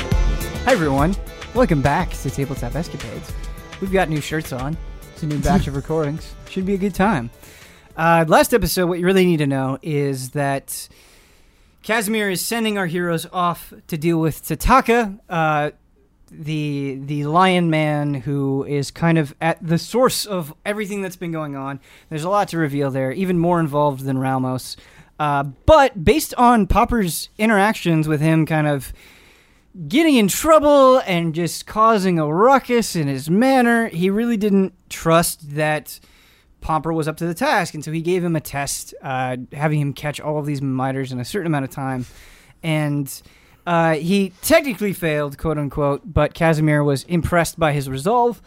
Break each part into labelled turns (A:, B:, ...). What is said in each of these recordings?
A: Hi everyone, welcome back to Tabletop Escapades. We've got new shirts on. It's a new batch of recordings. Should be a good time. Uh, last episode, what you really need to know is that Casimir is sending our heroes off to deal with Tataka, uh, the the Lion Man, who is kind of at the source of everything that's been going on. There's a lot to reveal there, even more involved than Ramos. Uh, but based on Popper's interactions with him, kind of getting in trouble and just causing a ruckus in his manner, he really didn't trust that Pomper was up to the task. And so he gave him a test, uh, having him catch all of these miters in a certain amount of time. And uh, he technically failed, quote unquote, but Casimir was impressed by his resolve.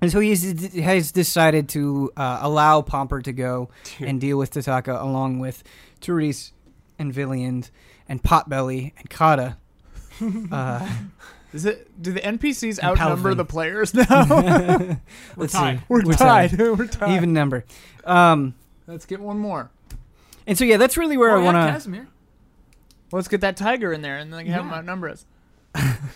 A: And so he has- has decided to uh, allow Pomper to go and deal with Tataka along with Turi's and Villiand and Potbelly and Kata. Uh,
B: Is it? Do the NPCs
A: And
B: outnumber
A: Palvin.
B: the players now?
A: let's see.
B: We're tied. We're tied.
A: Even number. Um,
B: Let's get one more.
A: and so, Oh, yeah, that's really where
C: Or
A: I
C: yeah,
A: want to.
C: Oh, Casimir.
B: Let's get that tiger in there and then have him
C: Yeah.
B: outnumber us.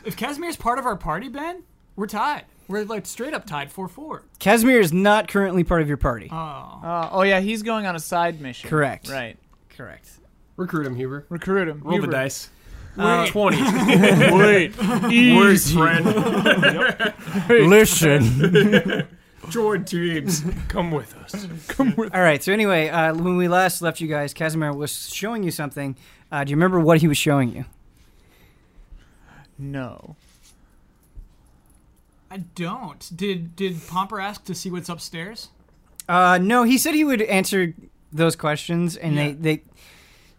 C: If Casimir's part of our party, Ben, we're tied. We're like straight up tied four four.
A: Casimir is not currently part of your party.
C: Oh,
B: Uh, oh yeah, he's going on a side mission.
A: Correct.
B: Right.
A: Correct.
D: Recruit him, Huber.
B: Recruit him.
D: Roll
B: Hubert.
D: the dice.
C: Wait.
D: Twenty. Wait. Where's friend?
A: Listen.
D: Join teams. Come with us.
A: All right. So anyway, uh, when we last left you guys, Casimir was showing you something. Uh, do you remember what he was showing you?
B: No.
C: I don't. Did did Pomper ask to see what's upstairs?
A: Uh, no, he said he would answer those questions, and
C: Yeah.
A: they they.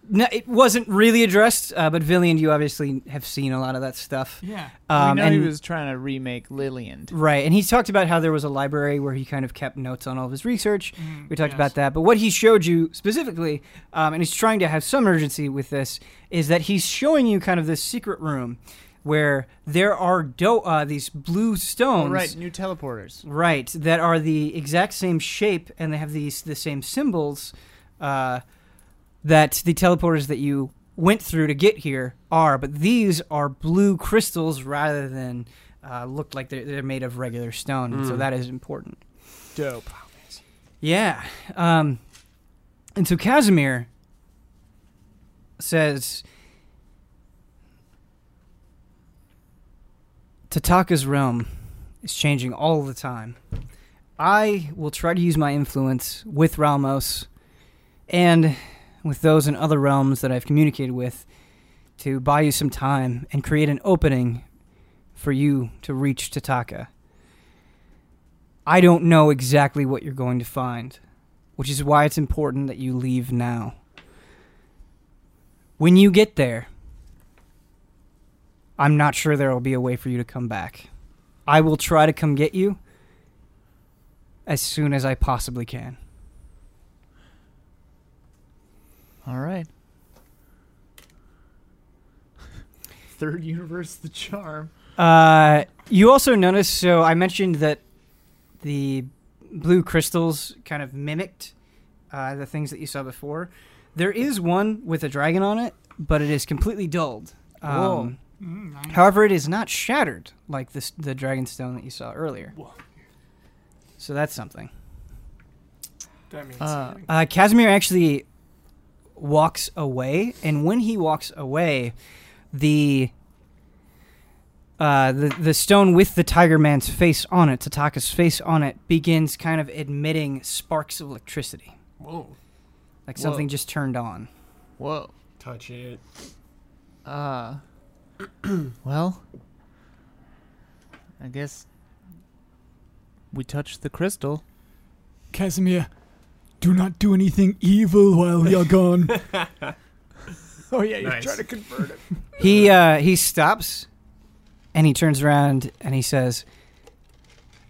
A: No, it wasn't really addressed, uh, but Villian, you obviously have seen a lot of that stuff.
C: Yeah.
A: Um,
B: we know
A: and,
B: he was trying to remake Lillian.
A: Right, and he talked about how there was a library where he kind of kept notes on all of his research.
C: Mm,
A: We talked
C: yes.
A: about that, but what he showed you specifically, um, and he's trying to have some urgency with this, is that he's showing you kind of this secret room where there are do- uh, these blue
B: Oh
A: stones,
B: right, new teleporters.
A: right, that are the exact same shape and they have these the same symbols uh, that the teleporters that you went through to get here are, but these are blue crystals rather than uh, look like they're, they're made of regular stone, and so
D: Mm.
A: that is important.
B: Dope.
A: Yeah. Um, and so Casimir says Tataka's realm is changing all the time. I will try to use my influence with Ramos and with those in other realms that I've communicated with to buy you some time and create an opening for you to reach Tataka. I don't know exactly what you're going to find, which is why it's important that you leave now. When you get there, I'm not sure there will be a way for you to come back. I will try to come get you as soon as I possibly can.
B: All right. Third universe, the charm.
A: Uh, you also notice, so I mentioned that the blue crystals kind of mimicked uh, the things that you saw before. There is one with a dragon on it, but it is completely dulled.
B: Whoa.
A: Um,
C: Mm, nice.
A: However, it is not shattered like this, the dragon stone that you saw earlier.
D: Whoa.
A: So that's something.
D: That means
B: Uh,
A: Uh, Casimir actually walks away, and when he walks away, the uh, the the stone with the tiger man's face on it, Tataka's face on it, begins kind of emitting sparks of electricity,
D: Whoa.
A: like
B: Whoa.
A: something just turned on.
B: Whoa.
D: Touch it.
B: Uh, well, I guess we touched the crystal.
C: Casimir, do not do anything evil while you're gone.
B: Oh yeah,
D: you're Nice. trying to
B: convert it.
A: He uh, he stops, and he turns around and he says,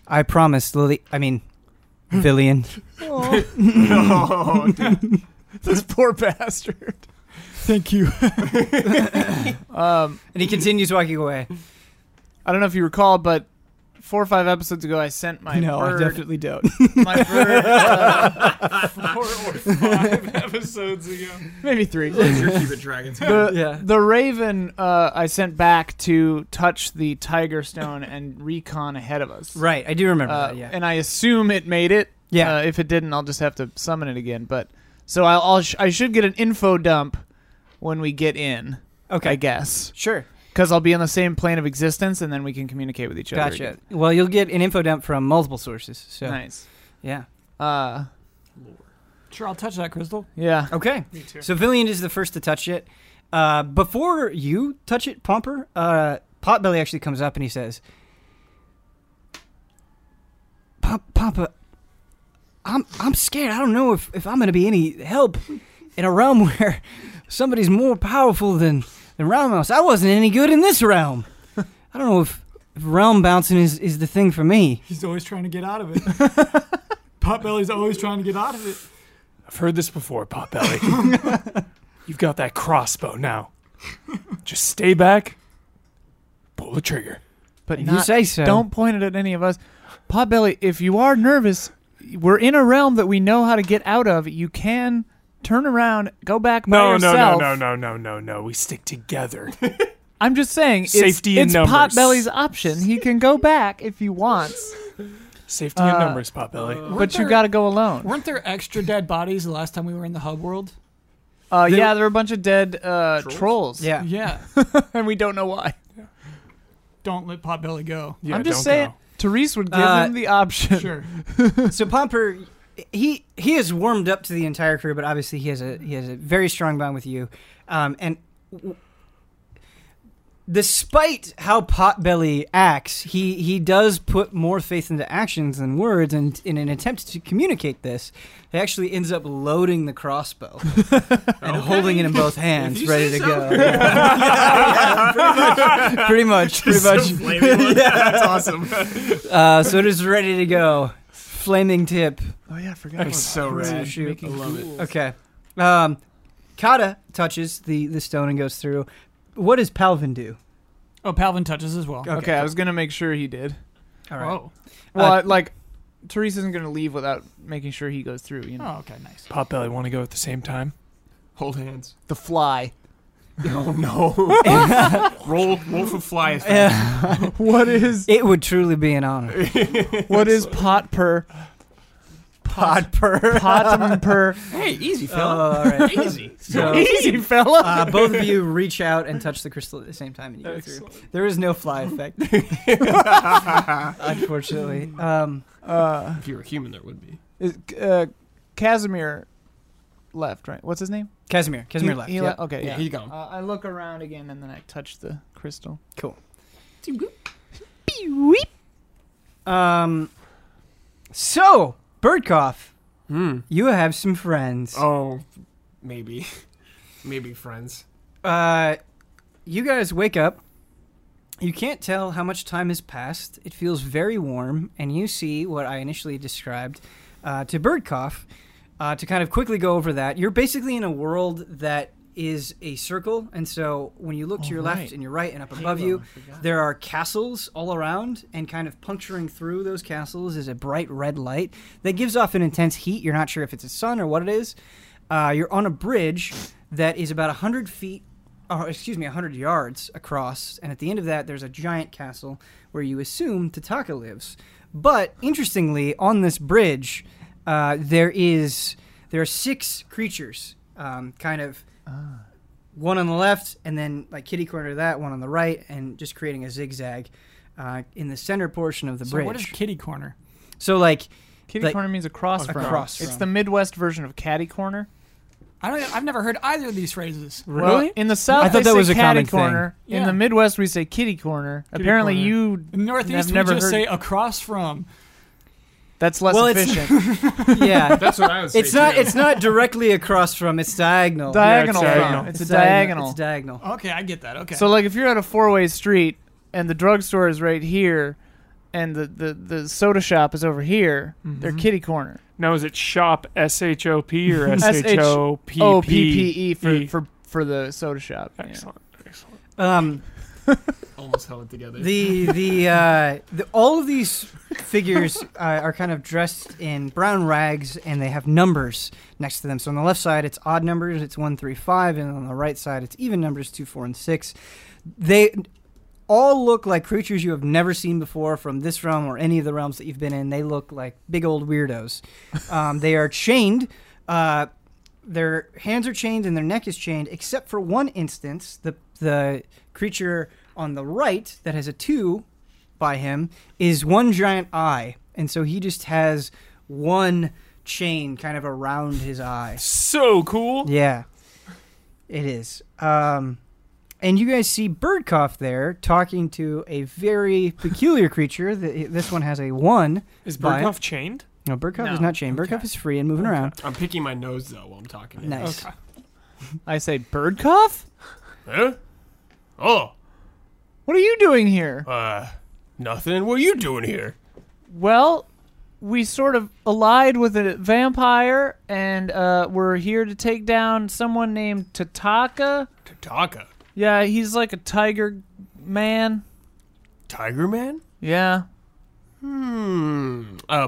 A: "I promise, Lily. I mean, Villian."
D: Oh, dude.
B: this poor bastard.
C: Thank you.
B: Um,
A: And he continues walking away.
B: I don't know if you recall, but four or five episodes ago, I sent my
A: no, I
B: bird.
A: definitely don't.
B: my bird uh,
D: Four or five episodes ago.
B: maybe three.
D: Your Cupid dragons.
B: The,
A: Yeah.
B: the raven uh, I sent back to touch the tiger stone and recon ahead of us.
A: right, I do remember
B: Uh,
A: that. Yeah.
B: And I assume it made it.
A: Yeah.
B: Uh, if it didn't, I'll just have to summon it again. But so I'll, I'll sh- I should get an info dump when we get in.
A: okay.
B: I guess
A: Sure.
B: because I'll be on the same plane of existence, and then we can communicate with each other.
A: Gotcha.
B: again.
A: Well, you'll get an info dump from multiple sources. So
B: Nice.
A: yeah.
B: Uh,
C: Sure, I'll touch that crystal.
B: yeah.
A: Okay.
D: Me too.
A: So Villian is the first to touch it. Uh, before you touch it, Pomper, uh, Potbelly actually comes up and he says, "Pom- "Pompa, I'm I'm scared. I don't know if, if I'm going to be any help in a realm where somebody's more powerful than than Realmhouse. I wasn't any good in this realm. I don't know if, if realm bouncing is, is the thing for me.
C: He's always trying to get out of it. Potbelly's always trying to get out of it.
D: I've heard this before, Potbelly. You've got that crossbow now. Just stay back. Pull the trigger.
B: But
A: If
B: not,
A: you say so.
B: don't point it at any of us. Potbelly, if you are nervous, we're in a realm that we know how to get out of. You can turn around, go back by
D: No, no, no,
B: yourself.
D: no, no, no, no, no. We stick together.
B: I'm just saying, it's,
D: Safety in
B: it's
D: numbers.
B: Potbelly's option. He can go back if he wants,
D: Safety
B: Uh,
D: in numbers, Potbelly.
B: but you got to go alone.
C: Weren't there extra dead bodies the last time we were in the hub world?
B: Uh,
A: There-
B: yeah, there were a bunch of dead uh, trolls,
A: Yeah.
C: Yeah.
B: and we don't know why.
C: Don't let Potbelly go.
D: Yeah,
B: I'm just
D: don't
B: saying,
D: go.
B: Therese would give
A: Uh,
B: him the option.
C: Sure.
A: So Pomper, he he has warmed up to the entire crew, but obviously he has a he has a very strong bond with you, um, and w- despite how Potbelly acts, he he does put more faith into actions than words, and in an attempt to communicate this, he actually ends up loading the crossbow and holding it in both hands,
E: you
A: ready
E: say
A: to
E: so.
A: go. Yeah, pretty much, pretty much, pretty much.
E: That's awesome.
A: Uh, so it is ready to go. Flaming tip.
B: Oh yeah, I forgot.
D: I'm
B: about
D: so
B: that.
D: rad.
A: Shoot.
B: Making
E: I love it.
B: ghouls.
A: Okay. Um, Kata touches the, the stone and goes through. What does Palvin do?
C: Oh, Palvin touches as well.
A: Okay,
B: Okay, Uh, I was gonna make sure he did.
A: All
C: Oh.
B: Well,
A: Uh,
B: I- like, Therese isn't gonna leave without making sure he goes through. You know,
C: Oh, okay, nice.
D: Potbelly, want to go at the same time?
E: Hold hands.
B: the fly.
E: Oh no. roll roll for fly. effect.
B: what is
A: It would truly be an honor.
B: what is pot per
A: Pod purr. Oh,
B: pot per?
E: Hey, easy fella.
A: all right.
E: easy.
A: So,
B: Easy fella.
A: uh, both of you reach out and touch the crystal at the same time, and you go through. There is no fly effect, unfortunately. Um,
B: Uh,
E: If you were human, there would be.
B: is, uh, Casimir left, right? What's his name?
A: Casimir, Casimir
B: He-
A: left.
B: he
A: yep.
B: le- okay,
E: Yeah,
B: yeah.
E: he's gone.
B: Uh, I look around again and then I touch the crystal.
A: Um, so Birdcough,
E: Hmm.
A: you have some friends.
E: Oh, maybe, maybe friends.
A: Uh, you guys wake up. You can't tell how much time has passed. It feels very warm, and you see what I initially described uh, to Birdcough. Uh, to kind of quickly go over that, you're basically in a world that is a circle, and so when you look to your left
B: right.
A: and your right and up above you, there are castles all around, and kind of puncturing through those castles is a bright red light that gives off an intense heat. You're not sure if it's a sun or what it is. Uh, you're on a bridge that is about 100 feet, or excuse me, 100 yards across, and at the end of that, there's a giant castle where you assume Tataka lives. But interestingly, on this bridge, uh, there is there are six creatures, um, kind of one on the left, and then like kitty corner to that one on the right, and just creating a zigzag uh, in the center portion of the
C: So
A: bridge.
C: what is kitty corner?
A: so like
B: Kitty
A: Like-
B: corner means across from.
A: Across
B: It's
A: from.
B: the Midwest version of catty corner.
C: I don't. I've never heard either of these phrases.
B: Well, in the South,
A: I thought
B: they
A: that
B: say
A: was a
B: catty
A: common thing.
B: corner. In
C: Yeah.
B: the Midwest, we say kitty corner. Apparently,
D: corner.
B: you
C: In the Northeast,
B: I've
C: we
B: never
C: just
B: heard-
C: say across from.
B: that's less
A: Well, it's-
B: efficient.
A: yeah,
E: That's what I was.
A: it's not it's not directly across from it's diagonal.
B: diagonal.
D: Yeah, it's
B: though.
D: diagonal.
B: It's, a diagonal.
A: It's diagonal.
C: Okay, I get that. Okay.
B: So, like, if you're at a four-way street and the drugstore is right here, and the the, the soda shop is over here, they're kitty corner.
D: Now, is it shop S H O P or S H O P
B: O
D: P
B: P P E for
D: E?
B: for for the soda shop. yeah.
D: Excellent. Excellent.
A: Um,
C: Almost held it together.
A: the the, uh, the all of these figures uh, are kind of dressed in brown rags and they have numbers next to them. So on the left side it's odd numbers, it's one three five, and on the right side it's even numbers two four and six. They all look like creatures you have never seen before from this realm or any of the realms that you've been in. They look like big old weirdos. Um, they are chained. Uh, their hands are chained and their neck is chained, except for one instance. The the creature on the right that has a two by him is one giant eye, and so he just has one chain kind of around his eye.
D: So cool.
A: Yeah, it is. Um, and you guys see Birdcough there talking to a very peculiar creature. Th- This one has a one.
D: Is
A: Buy it.
D: Berghoff chained?
A: No, Birdcough is
C: No.
A: not chained. Birdcough is free and moving around.
E: I'm picking my nose though while I'm talking. to you.
A: Nice.
B: I say, bird cough?
E: Huh? Oh,
B: What are you doing here?
E: uh, nothing. What are you doing here?
B: Well, we sort of allied with a vampire, and uh, we're here to take down someone named Tataka.
E: Tataka,
B: Yeah, he's like a tiger man.
E: Tiger Man.
B: Yeah.
E: Hmm. Uh,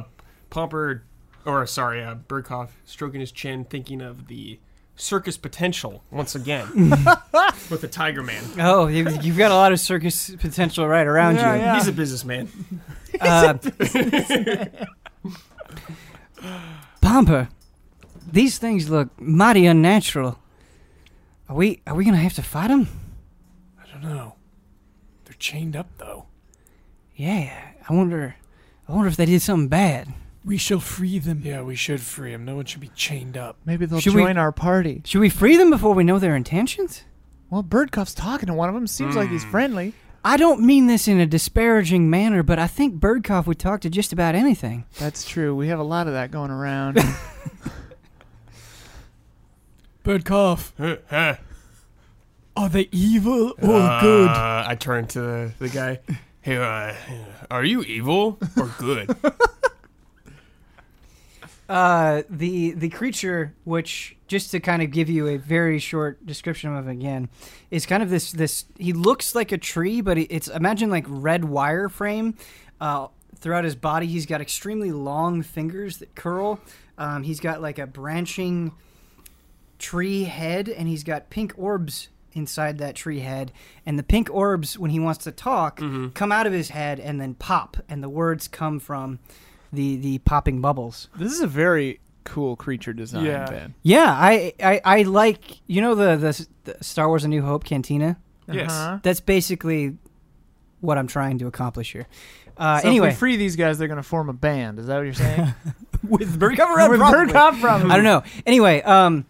E: Pomper, or sorry, uh, Burkhoff stroking his chin, thinking of the circus potential once again with the Tiger Man.
A: Oh, you- you've got a lot of circus potential right around you.
E: He's a businessman.
A: Uh, Pomper, these things look mighty unnatural. Are we are we gonna have to fight them?
D: I don't know. They're chained up though.
A: Yeah, I wonder. I wonder if they did something bad.
D: We shall free them. Yeah, we should free them. No one should be chained up.
B: Maybe they'll
A: Should we-
B: join our party.
A: Should we free them before we know their intentions?
B: Well, Birdcuff's talking to one of them. Seems like he's friendly.
A: I don't mean this in a disparaging manner, but I think Birdcough would talk to just about anything.
B: That's true. We have a lot of that going around.
D: Birdcough,
E: Huh, huh.
D: are they evil or Oh, good?
E: Uh, I turn to the, the guy. Hey, uh, are you evil or good?
A: Uh, the the creature, which just to kind of give you a very short description of him again, is kind of this this. He looks like a tree, but he- it's imagine like red wire frame. Uh, throughout his body, he's got extremely long fingers that curl. Um, he's got like a branching tree head, and he's got pink orbs inside that tree head. And the pink orbs, when he wants to talk, come out of his head and then pop, and the words come from the the popping bubbles.
B: this is a very cool creature design,
D: Yeah.
B: Ben.
A: Yeah, I, I, I like you know the, the the Star Wars: A New Hope cantina.
E: Yes.
B: Uh-huh.
A: That's basically what I'm trying to accomplish here. Uh,
B: So if
A: anyway,
B: we free these guys, they're going to form a band. Is that what you're saying?
A: with bird cover up,
B: Where'd
A: probably.
B: Bird come from?
A: I don't know. Anyway, um,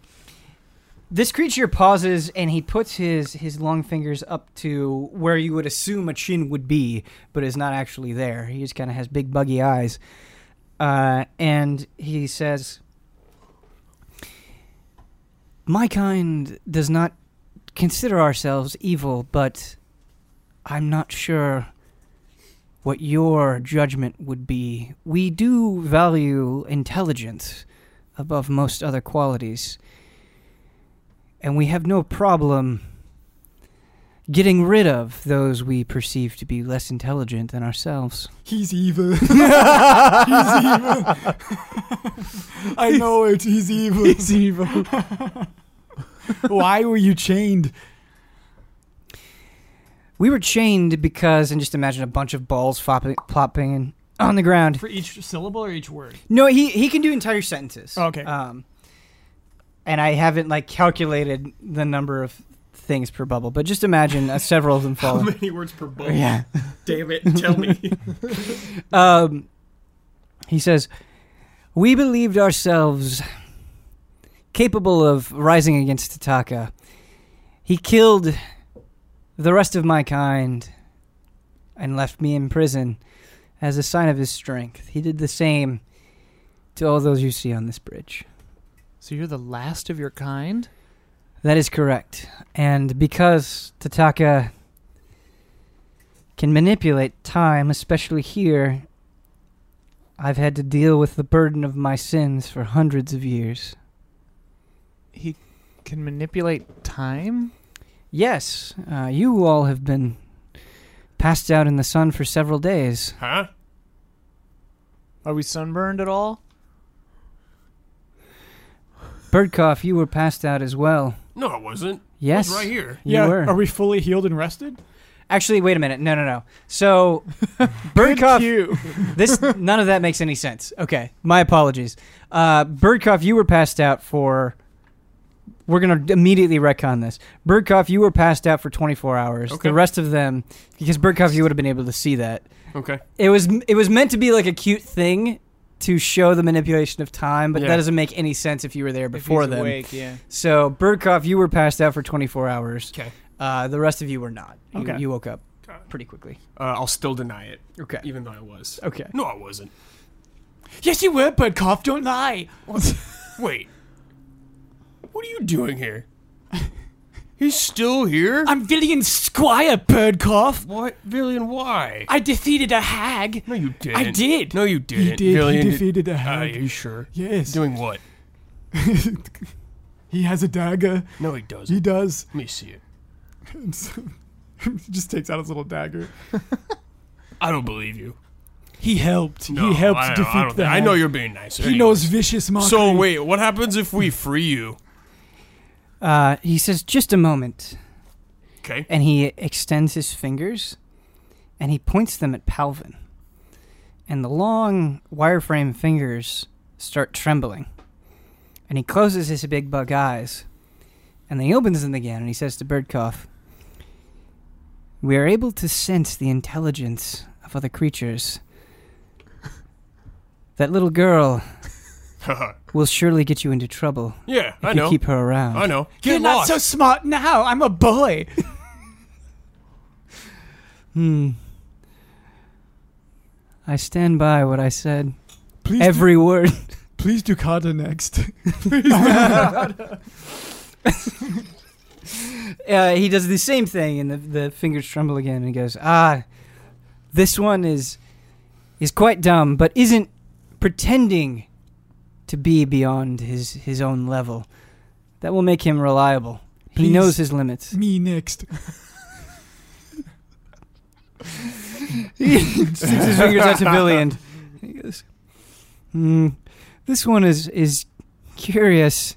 A: this creature pauses and he puts his his long fingers up to where you would assume a chin would be, but is not actually there. He just kind of has big buggy eyes, uh, and he says, "My kind does not consider ourselves evil, but I'm not sure." What your judgment would be. We do value intelligence, above most other qualities. And we have no problem getting rid of those we perceive to be less intelligent than ourselves.
D: He's evil. he's evil. I know it. He's evil. He's evil. Why were you chained?
A: We were chained because, and just imagine a bunch of balls flopping, plopping on the ground.
C: For each syllable or each word?
A: No, he he can do entire sentences.
C: Okay.
A: Um, and I haven't like calculated the number of things per bubble, but just imagine uh, several of them
E: How
A: fall.
E: many words per book? Damn it! Tell me.
A: Um, he says, We believed ourselves capable of rising against Tataka. He killed the rest of my kind and left me in prison as a sign of his strength. He did the same to all those you see on this bridge.
B: So you're the last of your kind?
A: That is correct. And because Tataka can manipulate time, especially here, I've had to deal with the burden of my sins for hundreds of years.
B: He can manipulate time?
A: Yes, uh, you all have been passed out in the sun for several days.
E: Huh?
B: Are we sunburned at all?
A: Birdcough, you were passed out as well.
E: No, I wasn't.
A: Yes.
E: I was right here.
A: You were.
D: Are we fully healed and rested?
A: Actually, wait a minute. No, no, no. So, Birdcough,
D: You.
A: this none of that makes any sense. Okay, my apologies. Uh, Birdcough, you were passed out for. We're gonna immediately retcon this. Birdcough, you were passed out for 24 hours.
E: Okay.
A: The rest of them, because Birdcough, you would have been able to see that.
E: Okay.
A: It was it was meant to be like a cute thing to show the manipulation of time, but
E: Yeah.
A: that doesn't make any sense if you were there before them.
B: awake, yeah.
A: So, Birdcough, you were passed out for 24 hours.
E: Okay.
A: Uh, the rest of you were not. You,
B: Okay.
A: you woke up
E: Got it.
A: pretty quickly.
E: Uh, I'll still deny it,
A: Okay.
E: even though I was.
A: Okay.
E: No, I wasn't.
D: Yes, you were, Birdcough. Don't lie.
E: Wait. What are you doing here? He's still here?
D: I'm Villian Squire, Birdcough.
E: What? Villian, why?
D: I defeated a hag.
E: no, you didn't.
D: I did.
E: No, you didn't.
D: did. He
E: Villian, you-
D: defeated a
E: Uh, Are
D: hag.
E: you sure?
D: Yes.
E: Doing what?
D: he has a dagger.
E: No, he
D: He
E: doesn't.
D: does.
E: Let me see it.
D: he just takes out his little dagger.
E: I don't believe you.
D: He helped.
E: No,
D: he helped
E: I don't,
D: defeat
E: I, don't
D: the
E: think- I
D: hag.
E: know you're being nice.
D: He knows vicious mockery.
E: So wait, what happens if we free you?
A: Uh, he says, just a moment.
E: Okay.
A: And he extends his fingers and he points them at Palvin. And the long wireframe fingers start trembling. And he closes his big bug eyes. And then he opens them again and he says to Birdcough, We are able to sense the intelligence of other creatures. That little girl will surely get you into trouble
E: yeah,
A: if
E: I
A: you
E: know.
A: keep her around.
E: I know.
D: You're
E: Get
D: not
E: lost.
D: so smart now. I'm a boy.
A: Hmm. I stand by what I said.
D: Please,
A: Every word.
D: do, please do Carter next.
A: Uh, he does the same thing, and the, the fingers tremble again, and he goes, "Ah, this one is is quite dumb, but isn't pretending to be beyond his his own level. That will make him reliable. He
D: Please.
A: knows his limits."
D: Me next.
A: he sticks his fingers out to Villian. He goes, hmm, this one is, is curious,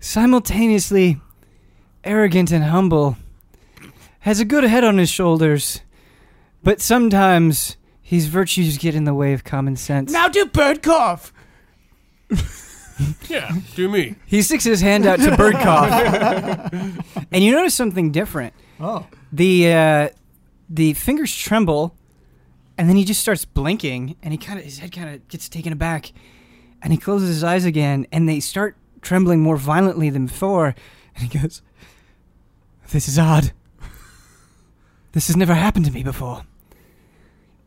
A: simultaneously arrogant and humble, has a good head on his shoulders, but sometimes his virtues get in the way of common sense.
D: Now do Birdcough.
E: Yeah, do me.
A: He sticks his hand out to Birdcough, and you notice something different.
D: Oh.
A: the uh, the fingers tremble, and then he just starts blinking, and he kind of his head kind of gets taken aback, and he closes his eyes again, and they start trembling more violently than before, and he goes, "This is odd. This has never happened to me before.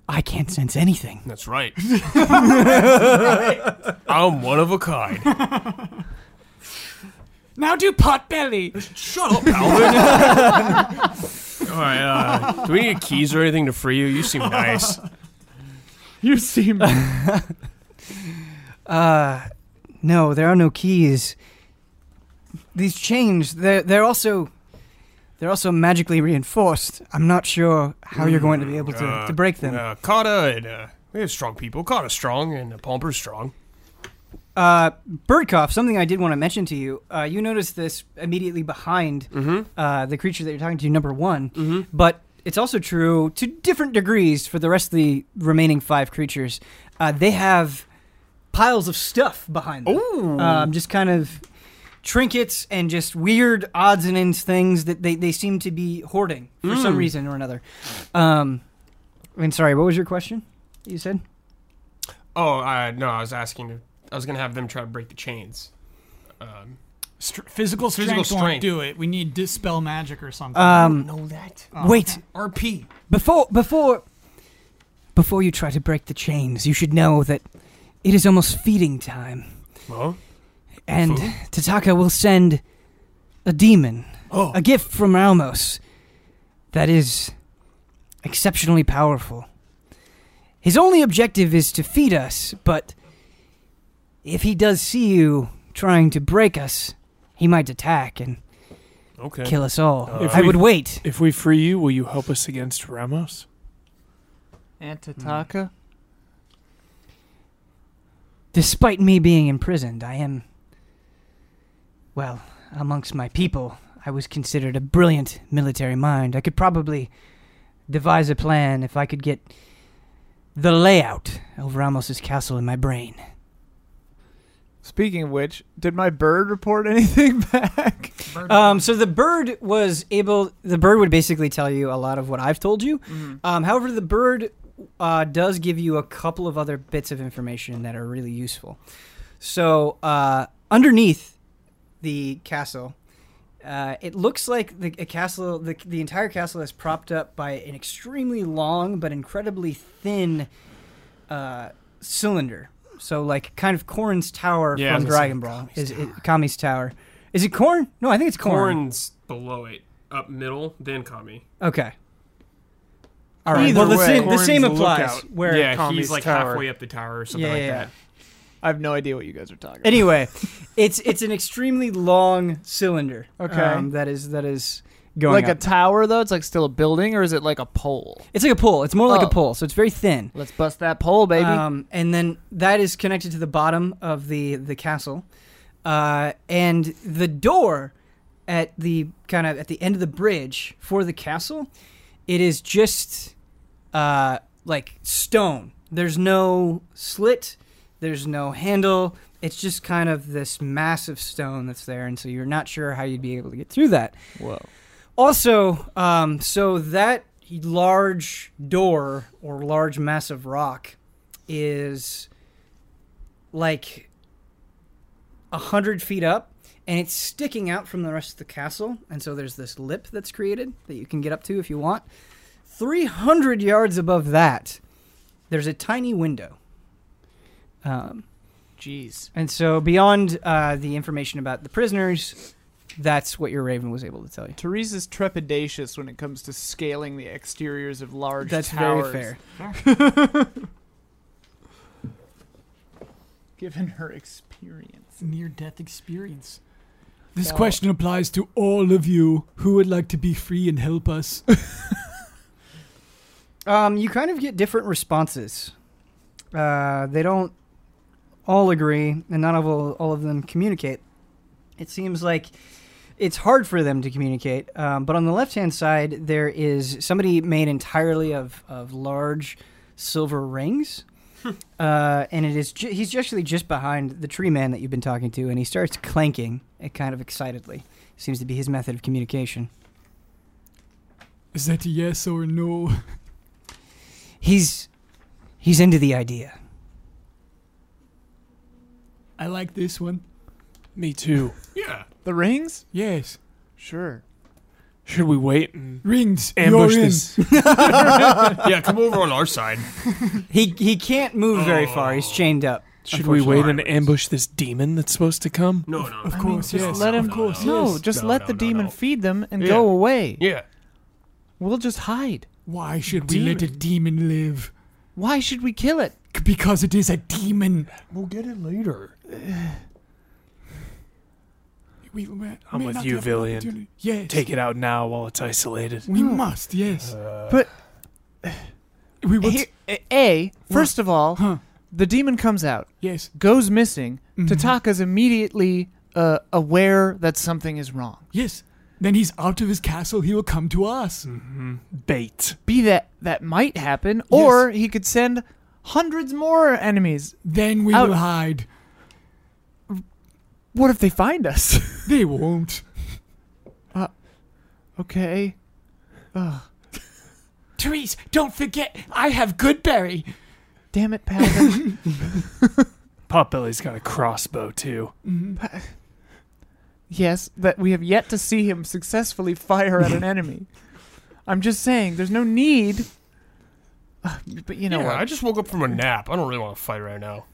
A: I can't sense anything."
E: That's right. I'm one of a kind.
D: Now do Potbelly.
E: Shut up, Alvin. All right. Uh, do we need keys or anything to free you? You seem nice.
D: You seem.
A: Uh, no, there are no keys. These chains, they're, they're also they're also magically reinforced. I'm not sure how you're going to be able to,
E: Uh,
A: to break them.
E: Uh, Kata and uh, we have strong people. Kata's strong and uh, Pomper's strong.
A: Uh, Birdcough, something I did want to mention to you. Uh, you noticed this immediately behind uh, the creature that you're talking to, number one, but it's also true to different degrees for the rest of the remaining five creatures. Uh, they have piles of stuff behind them. Um, just kind of trinkets and just weird odds and ends things that they, they seem to be hoarding for some reason or another. Um, and sorry, what was your question? You said?
E: Oh, uh, no, I was asking. If, I was gonna have them try to break the chains. Um,
D: Str- physical strength
E: Physical
D: won't
E: strength.
D: do it. We need dispel magic or something.
A: Um,
E: know that
A: wait,
E: RP.
A: Before before before you try to break the chains, you should know that it is almost feeding time.
E: Well,
A: And
E: Food?
A: Tataka will send a demon,
D: Oh.
A: a gift from Ramos that is exceptionally powerful. His only objective is to feed us, but if he does see you trying to break us, he might attack and
E: Okay.
A: Kill us all.
E: Uh,
A: I
D: if
A: would
D: we-
A: wait.
D: If we free you, will you help us against Ramos?
B: Antataka?
A: Despite me being imprisoned, I am. Well, amongst my people, I was considered a brilliant military mind. I could probably devise a plan if I could get the layout of Ramos's castle in my brain.
B: Speaking of which, did my bird report anything back?
A: Um, so the bird was able. The bird would basically tell you a lot of what I've told you.
B: Mm-hmm.
A: Um, however, the bird uh, does give you a couple of other bits of information that are really useful. So uh, underneath the castle, uh, it looks like the a castle. The, the entire castle is propped up by an extremely long but incredibly thin uh, cylinder. So like kind of Corrin's tower
E: Yeah, I
A: from
E: was gonna say
A: Dragon Ball is it, Kami's tower. Is it corn? No, I think it's corn.
E: Corn's below it, up middle, then Kami.
A: Okay. All right.
B: Either
A: well, the
B: way,
A: same, the
D: Corrin's
A: same
D: the
A: applies.
D: lookout.
A: Where
E: yeah,
D: Kami's
E: he's like
D: tower.
E: halfway up the tower or something
A: yeah,
E: like
A: yeah.
E: that.
B: I have no idea what you guys are talking about.
A: Anyway, it's it's an extremely long cylinder. um,
B: Okay.
A: that is that is going
B: like a
A: up.
B: tower though, it's like still a building, or is it like a pole?
A: it's like a pole. It's more like
B: Oh.
A: a pole, so it's very thin.
B: Let's bust that pole, baby.
A: Um, and then that is connected to the bottom of the the castle, uh, and the door at the kind of at the end of the bridge for the castle, it is just uh, like stone. There's no slit. There's no handle. It's just kind of this massive stone that's there, and so you're not sure how you'd be able to get through that.
B: Whoa.
A: Also, um, so that large door or large massive rock is like a hundred feet up, and it's sticking out from the rest of the castle. And so there's this lip that's created that you can get up to if you want. Three hundred yards above that, there's a tiny window. Um,
B: Jeez.
A: and so beyond uh, the information about the prisoners, that's what your raven was able to tell you.
B: Teresa's trepidatious when it comes to scaling the exteriors of large
A: That's
B: towers.
A: very
B: Given her experience.
C: Near death experience.
F: This
B: So-
F: question applies to all of you who would like to be free and help us.
A: fair. Um, you kind of get different responses. Uh, they don't all agree, and not all, all of them communicate. It seems like it's hard for them to communicate. Um, but on the left hand side, there is somebody made entirely of, of large silver rings. Uh, and it is ju- he's actually just behind the tree man that you've been talking to, and he starts clanking it kind of excitedly. Seems to be his method of communication.
F: Is that a yes or no?
A: He's he's into the idea.
F: I like this one.
D: Me too.
E: Yeah.
B: The rings?
F: Yes.
B: Sure.
D: Should we wait and
F: Rings.
D: ambush
F: you're in.
D: this?
E: yeah, come over on our side.
A: He he can't move very far. He's
E: Oh.
A: chained up.
D: Should we wait and
E: Unfortunately.
D: ambush this demon that's supposed to come?
E: No, no.
F: Of
B: I mean,
F: course,
B: just
F: yes.
B: let him.
F: Of course,
B: no,
F: yes.
B: just
E: No,
B: let
E: no,
B: the
E: no,
B: demon
E: no.
B: feed them and
E: Yeah.
B: go away.
E: Yeah.
B: We'll just hide.
F: Why should we let a demon live?
B: Why should we kill it?
F: C- Because it is a demon.
D: We'll get it later.
F: We ma-
D: I'm
F: may
D: with
F: not
D: you,
F: have an
D: Villian.
F: opportunity. Yes.
D: Take it out now while it's isolated.
F: We must, yes.
B: But-
F: we will.
B: Here, a, first of all,
F: Huh.
B: the demon comes out,
F: yes.
B: goes missing.
E: Mm-hmm.
F: Mhm.
B: Tataka's immediately uh, aware that something is wrong.
F: Yes. Then he's out of his castle. He will come to us.
D: Bait.
B: Be that that might happen, or he could send hundreds more enemies.
F: Then we
B: Out.
F: will hide.
B: What if they find us?
F: They won't.
B: okay. Ugh.
F: Therese, don't forget, I have Goodberry.
B: Damn it, Paladin.
D: Potbelly's got a crossbow too.
B: yes, that we have yet to see him successfully fire at an enemy. I'm just saying, there's no need. Ugh, but you know
E: yeah,
B: what?
E: I just woke up from a nap. I don't really want to fight right now.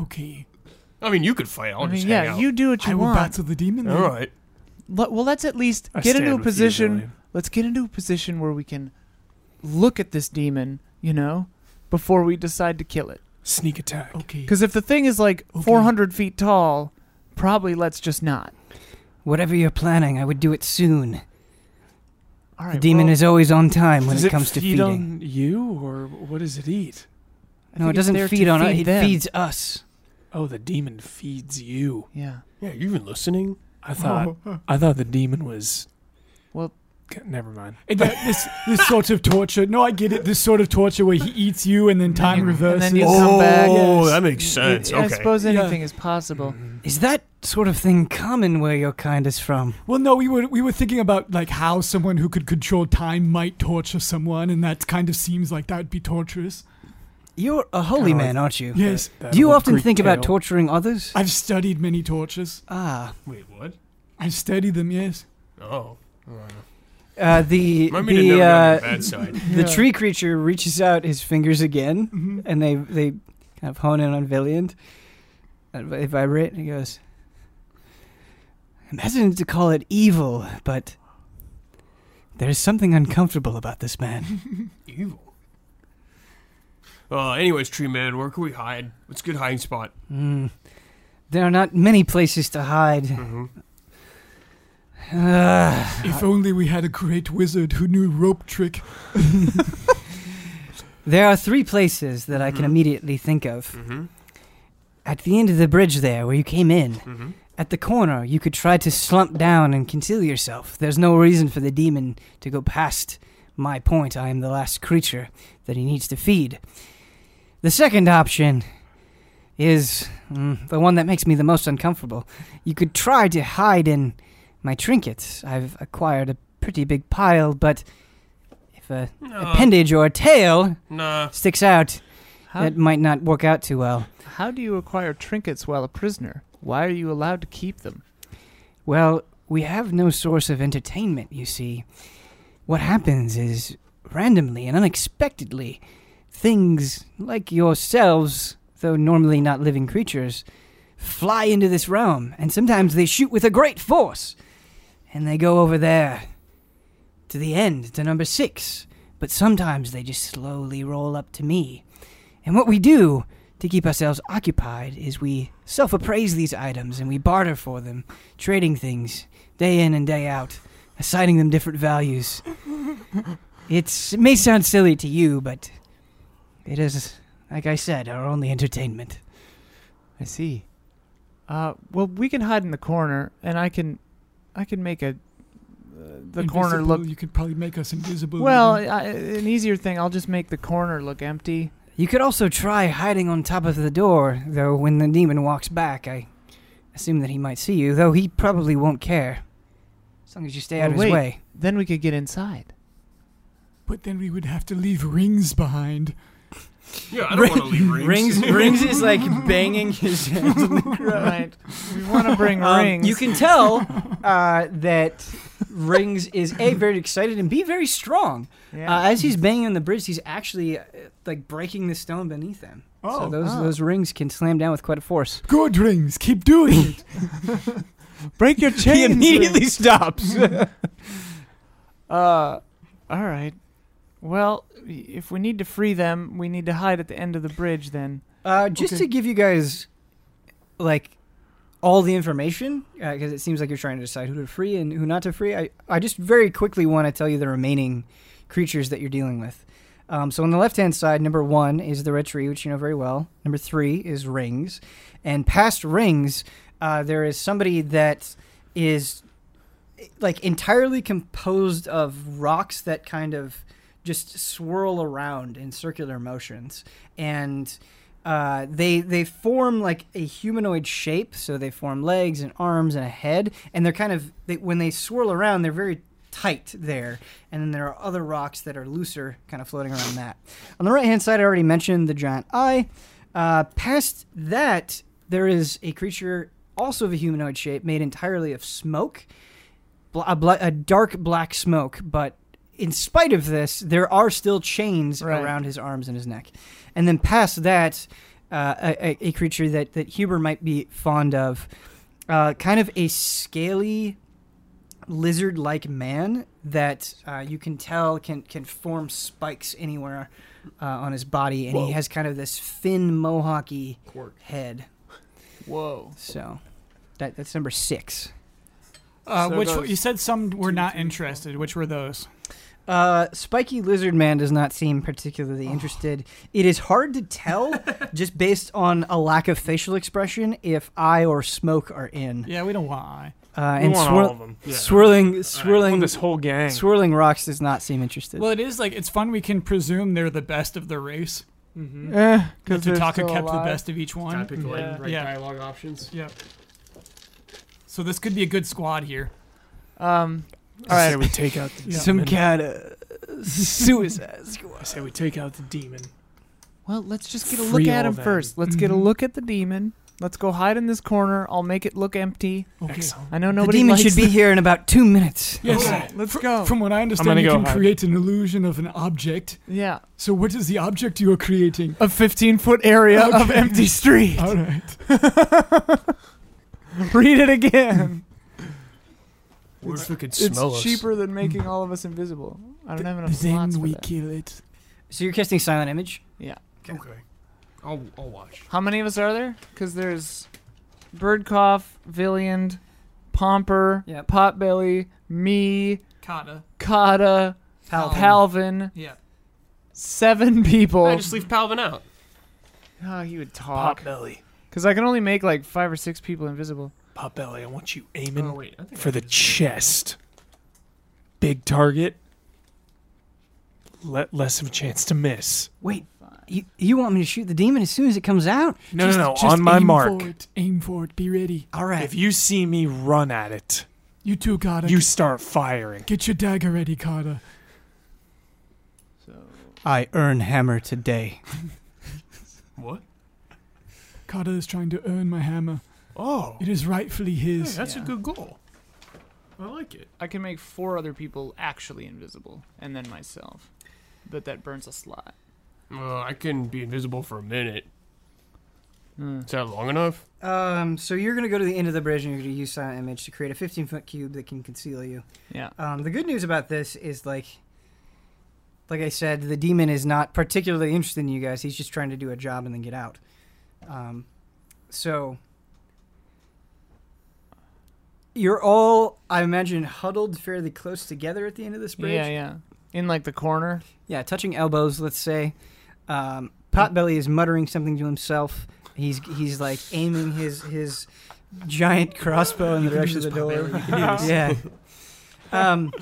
F: Okay,
E: I mean, you could fight. I'll
B: I mean,
E: just hang
B: yeah,
E: out.
B: you do what
F: I
B: you
F: will
B: want.
F: battle the demon. then.
E: All right.
B: Let- well, let's at least
D: I
B: get
D: stand
B: into a
D: with you,
B: position.
D: Villian.
B: let's get into a position where we can look at this demon, you know, before we decide to kill it.
D: Sneak
A: Oh,
D: attack.
F: Okay.
B: Because if the thing is like
F: Okay.
B: 400 feet tall, probably let's just not.
A: Whatever you're planning, I would do it soon.
B: All
A: The
B: right,
A: demon
B: well,
A: is always on time when
D: Does
A: it comes to
D: feed
A: feeding.
D: on you, or what does it eat?
B: I
A: no, it
B: think it's
A: doesn't
B: there
A: feed
B: to
A: on us.
B: feed
A: It
B: them.
A: feeds us.
D: Oh, the demon feeds you.
B: Yeah.
E: Yeah, you've been listening.
D: I
A: Oh.
D: thought.
F: Uh,
D: I thought the demon was.
B: Well-
D: G- never mind.
F: And that- this this sort of torture. No, I get it. This sort of torture where he eats you and then time
B: And
F: reverses.
B: then you come back.
E: Oh, that makes sense.
B: I
E: okay.
B: suppose
F: Yeah.
B: anything is possible.
A: Is that sort of thing common where your kind is from?
F: Well, no, we were we were thinking about like how someone who could control time might torture someone, and that kind of seems like that would be torturous.
A: You're a holy
D: Kinda
A: man,
D: like
A: aren't you?
F: Yes,
D: That
A: Do you
D: old
A: often
D: Greek
A: think about
D: tale.
A: torturing others?
F: I've studied many tortures.
A: Ah,
E: Wait, what?
F: I've studied them. Yes.
E: Oh.
A: uh, the
E: Remind me to never
A: the
E: go on the
A: uh,
E: bad side.
A: the
F: Yeah.
A: tree creature reaches out his fingers again,
F: Mhm.
A: and they they kind of hone in on Villiand. And They vibrate, and he goes. I'm hesitant to call it evil, but there is something uncomfortable about this man.
E: Evil. Uh, anyways, tree man, where can we hide? What's a good hiding spot?
A: Mm. There are not many places to hide.
E: Mm-hmm.
A: Ugh.
F: If only we had a great wizard who knew rope trick.
A: there are three places that I can
E: Mhm.
A: immediately think of.
E: Mm-hmm.
A: At the end of the bridge there, where you came in,
E: Mm-hmm.
A: At the corner, you could try to slump down and conceal yourself. There's no reason for the demon to go past my point. I am the last creature that he needs to feed. The second option is mm, the one that makes me the most uncomfortable. You could try to hide in my trinkets. I've acquired a pretty big pile, but if a
E: Oh.
A: appendage or a tail
E: nah.
A: sticks out,
B: How,
A: that might not work out too well.
B: how do you acquire trinkets while a prisoner? Why are you allowed to keep them?
A: Well, we have no source of entertainment, you see. What happens is, randomly and unexpectedly, things like yourselves, though normally not living creatures, fly into this realm, and sometimes they shoot with a great force. And they go over there to the end, to number six, but sometimes they just slowly roll up to me. And what we do to keep ourselves occupied is we self appraise these items and we barter for them trading things day in and day out, assigning them different values. It's, it may sound silly to you, but it is, like I said, our only entertainment.
B: I see. Uh, well, we can hide in the corner, and I can, I can make a, uh, the corner
F: Invisible,
B: look.
F: You could probably make us invisible.
B: Well,
F: even.
B: I, an easier thing. I'll just make the corner look empty.
A: You could also try hiding on top of the door, though when the demon walks back, I assume that he might see you, though he probably won't care. As long as you stay out of
B: Oh, Wait.
A: his way.
B: Then we could get inside.
F: but then we would have to leave rings behind.
E: Yeah, I don't want to leave rings.
A: rings is like banging his hands
B: right. We want to bring
A: Um,
B: rings.
A: You can tell uh, that Rings is a very excited and b very strong.
B: Yeah.
A: Uh, as he's banging on the bridge, he's actually uh, like breaking the stone beneath him. so
F: Oh,
A: those
B: oh.
A: those rings can slam down with quite a force.
F: Good rings. Keep doing it.
B: break your chains.
A: stops.
B: Uh, all right. Well, i- if we need to free them, we need to hide at the end of the bridge. Then
A: uh, just
F: Okay.
A: to give you guys like all the information, because it seems like you're trying to decide who to free and who not to free. I I just very quickly want to tell you the remaining creatures that you're dealing with. Um, so on the left hand side, number one is the red tree, which you know very well. Number three is rings, and past rings, uh, there is somebody that is eh, like entirely composed of rocks that kind of just swirl around in circular motions, and uh, they they form like a humanoid shape. So they form legs and arms and a head, and they're kind of they, when they swirl around, they're very tight there. And then there are other rocks that are looser, kind of floating around that. On the right hand side, I already mentioned the giant eye. Uh, past that, there is a creature also of a humanoid shape, made entirely of smoke, bl- a, bla a dark black smoke, but. In spite of this, there are still chains
B: Right.
A: around his arms and his neck. And then past that, uh, a, a- a creature that, that Huber might be fond of, uh, kind of a scaly lizard like man that uh, you can tell can, can form spikes anywhere uh, on his body. And he has kind of this fin mohawky head.
B: whoa.
A: So that, that's number six.
C: Uh,
D: So
C: which
D: those-
C: you said some were not interested. Which were those?
A: Uh, Spiky Lizard Man does not seem particularly
D: Oh.
A: interested. It is hard to tell just based on a lack of facial expression if I or Smoke are in.
C: Yeah, we don't want eye.
A: Uh,
D: We
A: and
D: want
A: swir-
D: all of them. Yeah.
A: swirling,
D: I want
A: swirling,
D: this whole gang.
A: swirling rocks does not seem interested.
C: Well, it is like it's fun. We can presume they're the best of the race.
D: Mm-hmm.
B: Eh, because
C: Tataka kept the best of each one.
E: pick the
B: Yeah.
E: right
C: Yeah.
E: dialogue options.
C: Yep. So this could be a good squad here.
B: Um, all
D: I
B: right.
D: say we take out the
C: Yeah.
D: demon.
A: kind of suicide
D: I
A: squad.
D: say we take out the demon.
B: Well, let's just get a
D: Free
B: look at
D: all
B: him
D: them.
B: first. Let's get a
A: Mm-hmm.
B: look at the demon. Let's go hide in this corner. I'll make it look empty.
F: Okay.
D: Excellent.
B: I know
A: The
B: nobody.
A: demon
B: likes
A: should be
B: it.
A: here in about two minutes.
F: Yes.
B: Let's
F: Fr-
B: go.
F: From what I understand,
D: gonna
F: you
D: go
F: can
D: hide.
F: create an illusion of an object.
B: Yeah,
F: So, what is the object you are creating?
B: a 15 foot area of empty street.
F: All right.
B: Read it again.
E: What if we could
B: it's
E: smell us?
B: cheaper than making all of us invisible. I don't have enough
F: then
B: slots for
F: we
B: that.
F: kill it.
A: So you're casting silent image.
E: Okay. I'll, I'll watch.
B: How many of us are there? Because there's Birdcough, Villiand, Pomper,
A: Yep.
B: Potbelly, me,
C: Kata.
B: Kata,
A: Pal,
B: Palvin.
C: Yeah.
B: Seven people.
E: I just leave Palvin out.
B: oh, he would talk.
D: Pop belly.
B: Because I can only make like five or six people invisible.
D: Pop belly, I want you aiming
E: Oh wait, I think
D: for the chest. Big target. Let less of a chance to miss.
A: Wait, you, you want me to shoot the demon as soon as it comes out?
D: No,
F: Just-
D: no, no.
F: just
D: on my
F: aim
D: mark.
F: For it. Aim for it. Be ready.
A: All right.
D: If you see me run at it,
F: You too, Carter.
D: you start firing.
F: Get your dagger ready, Carter.
B: So
A: I earn hammer today.
E: What?
F: Carter is trying to earn my hammer.
E: Oh,
F: It is rightfully
E: yeah,
F: his.
E: that's
B: Yeah.
E: a good goal. I like it.
B: I can make four other people actually invisible, and then myself. But that burns a slot.
E: Uh, I can be invisible for a minute.
D: Hmm.
E: Is that long enough?
A: Um, so you're going to go to the end of the bridge and you're going to use silent image to create a 15 foot cube that can conceal you.
B: Yeah.
A: Um, the good news about this is like, like I said, the demon is not particularly interested in you guys. He's just trying to do a job and then get out. Um, so you're all, I imagine, huddled fairly close together at the end of this bridge.
B: Yeah, yeah. In like the corner.
A: Yeah, touching elbows, let's say. Um, Potbelly is muttering something to himself. He's he's like aiming his his giant crossbow in the direction of the door. yeah. Um,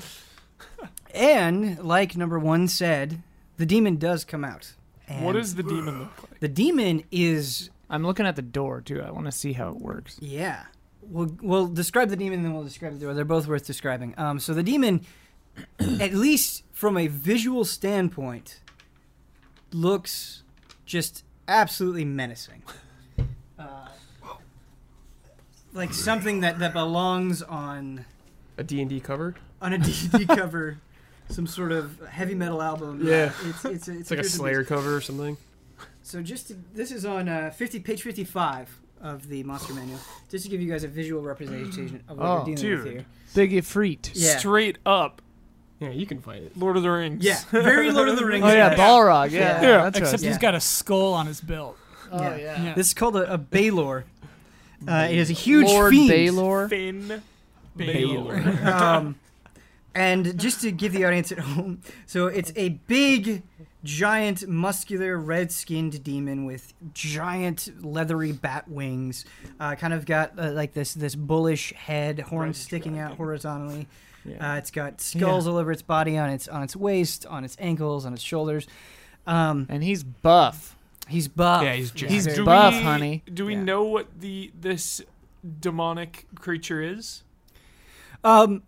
A: and like number one said, the demon does come out. And
D: What does the demon look like?
A: the demon is?
B: I'm looking at the door too. I want to see how it works.
A: Yeah. We'll, we'll describe the demon, and then we'll describe the door. They're both worth describing. Um, so the demon, at least from a visual standpoint, looks just absolutely menacing. Uh, like something that, that belongs on
E: A D and D cover.
A: on a DVD cover, some sort of heavy metal album.
E: Yeah.
A: it's it's, a, it's,
E: It's like a
A: good to be-
E: Slayer cover or something.
A: so just to, this is on uh, 50 page 55 of the monster manual, just to give you guys a visual representation of what
B: Oh,
A: we're dealing with
D: dude.
A: here.
B: Big Ifrit.
A: Yeah.
D: Straight up,
E: Yeah, you can fight it.
D: Lord of the Rings.
A: Yeah, very Lord of the Rings.
B: Oh yeah,
A: esque.
B: Balrog. Yeah,
A: Yeah.
B: yeah. That's
C: Except
B: right.
A: Yeah.
C: he's got a skull on his belt.
B: Oh
A: Yeah.
B: yeah.
C: Yeah.
A: This is called a, a Baylor. Uh, it is a huge
B: Lord
A: fiend.
B: Baylor.
D: Finn.
E: Baylor.
A: Um, and just to give the audience at home, so it's a big, giant, muscular, red-skinned demon with giant, leathery bat wings. Uh, kind of got uh, like this this bullish head, horns sticking out horizontally. Uh, it's got skulls all over its body, on its on its waist, on its ankles, on its shoulders. Um,
B: And he's buff.
A: he's buff.
E: Yeah, he's
B: He's
A: Very
D: Do
B: buff,
D: we-
B: honey.
D: Do we
A: Yeah.
D: know what the this demonic creature is?
A: Um,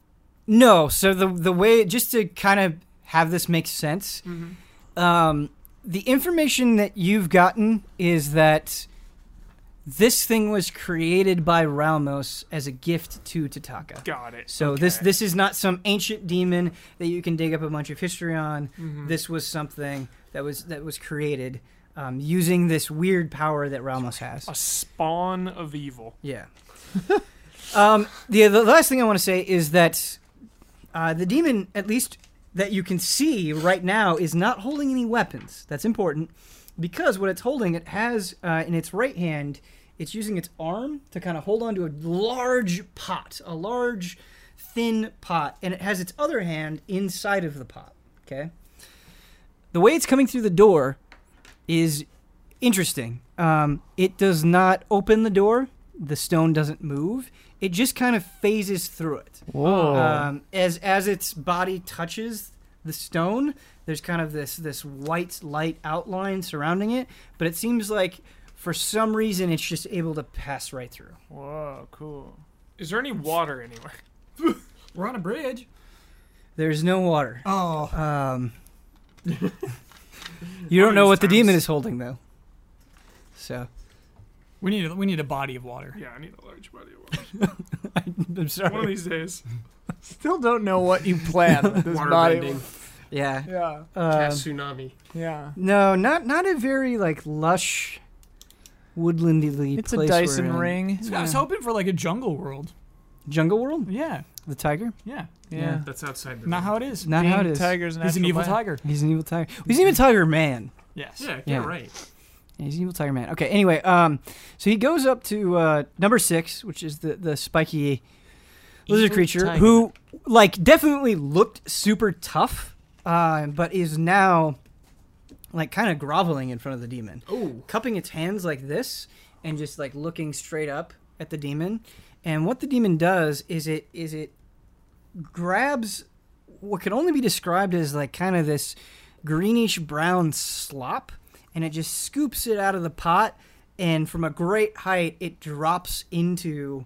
A: no. So the the way just to kind of have this make sense,
D: Mm-hmm.
A: um, the information that you've gotten is that this thing was created by Ramos as a gift to Tataka.
D: Got it.
A: So this
D: Okay.
A: this is not some ancient demon that you can dig up a bunch of history on.
D: Mm-hmm.
A: This was something that was that was created um, using this weird power that Ramos has.
D: a spawn of evil.
A: Yeah. um, the, the last thing I want to say is that uh, the demon, at least that you can see right now, is not holding any weapons. That's important because what it's holding, it has uh, in its right hand, it's using its arm to kind of hold onto a large pot, a large thin pot, and it has its other hand inside of the pot. Okay. The way it's coming through the door is interesting. Um, it does not open the door. The stone doesn't move. It just kind of phases through it.
B: Whoa.
A: Um, as as its body touches the stone, there's kind of this this white light outline surrounding it. But it seems like for some reason it's just able to pass right through.
B: Whoa, cool.
D: Is there any water anywhere?
C: We're on a bridge.
A: There's no water.
C: Oh,
A: Um, you don't know what the demon is holding though. So
C: we need a, we need a body of water.
D: Yeah, I need a large body of water.
A: I'm
D: One of
A: sorry.
D: these days.
B: Still don't know what you plan with this
E: Water
B: body.
E: bending,
A: Yeah.
B: Yeah,
D: Uh,
A: Um,
E: cast tsunami.
B: yeah.
A: no, not not a very like lush, woodlandly
B: It's a
A: place.
B: Dyson
A: we're in.
B: ring.
C: So I was hoping for like a jungle world.
A: Jungle World.
C: Yeah,
A: The tiger.
C: yeah.
B: Yeah.
E: That's outside the.
C: Not how it is.
A: Not how it
B: Being
A: is.
C: He's
B: Tiger's
C: an
B: natural
C: evil
B: land.
C: tiger.
A: He's an evil tiger. He's an evil tiger man.
C: Yes.
E: Yeah,
A: Yeah.
E: you're right.
A: Yeah, He's an evil tiger man. Okay. Anyway, um, so he goes up to uh, number six, which is the the spiky lizard
B: Evil
A: creature,
B: tiger.
A: who like definitely looked super tough, uh, but is now like kind of groveling in front of the demon,
E: Oh,
A: cupping its hands like this, and just like looking straight up at the demon. And what the demon does is it is it grabs what can only be described as like kind of this greenish brown slop and it just scoops it out of the pot and from a great height it drops into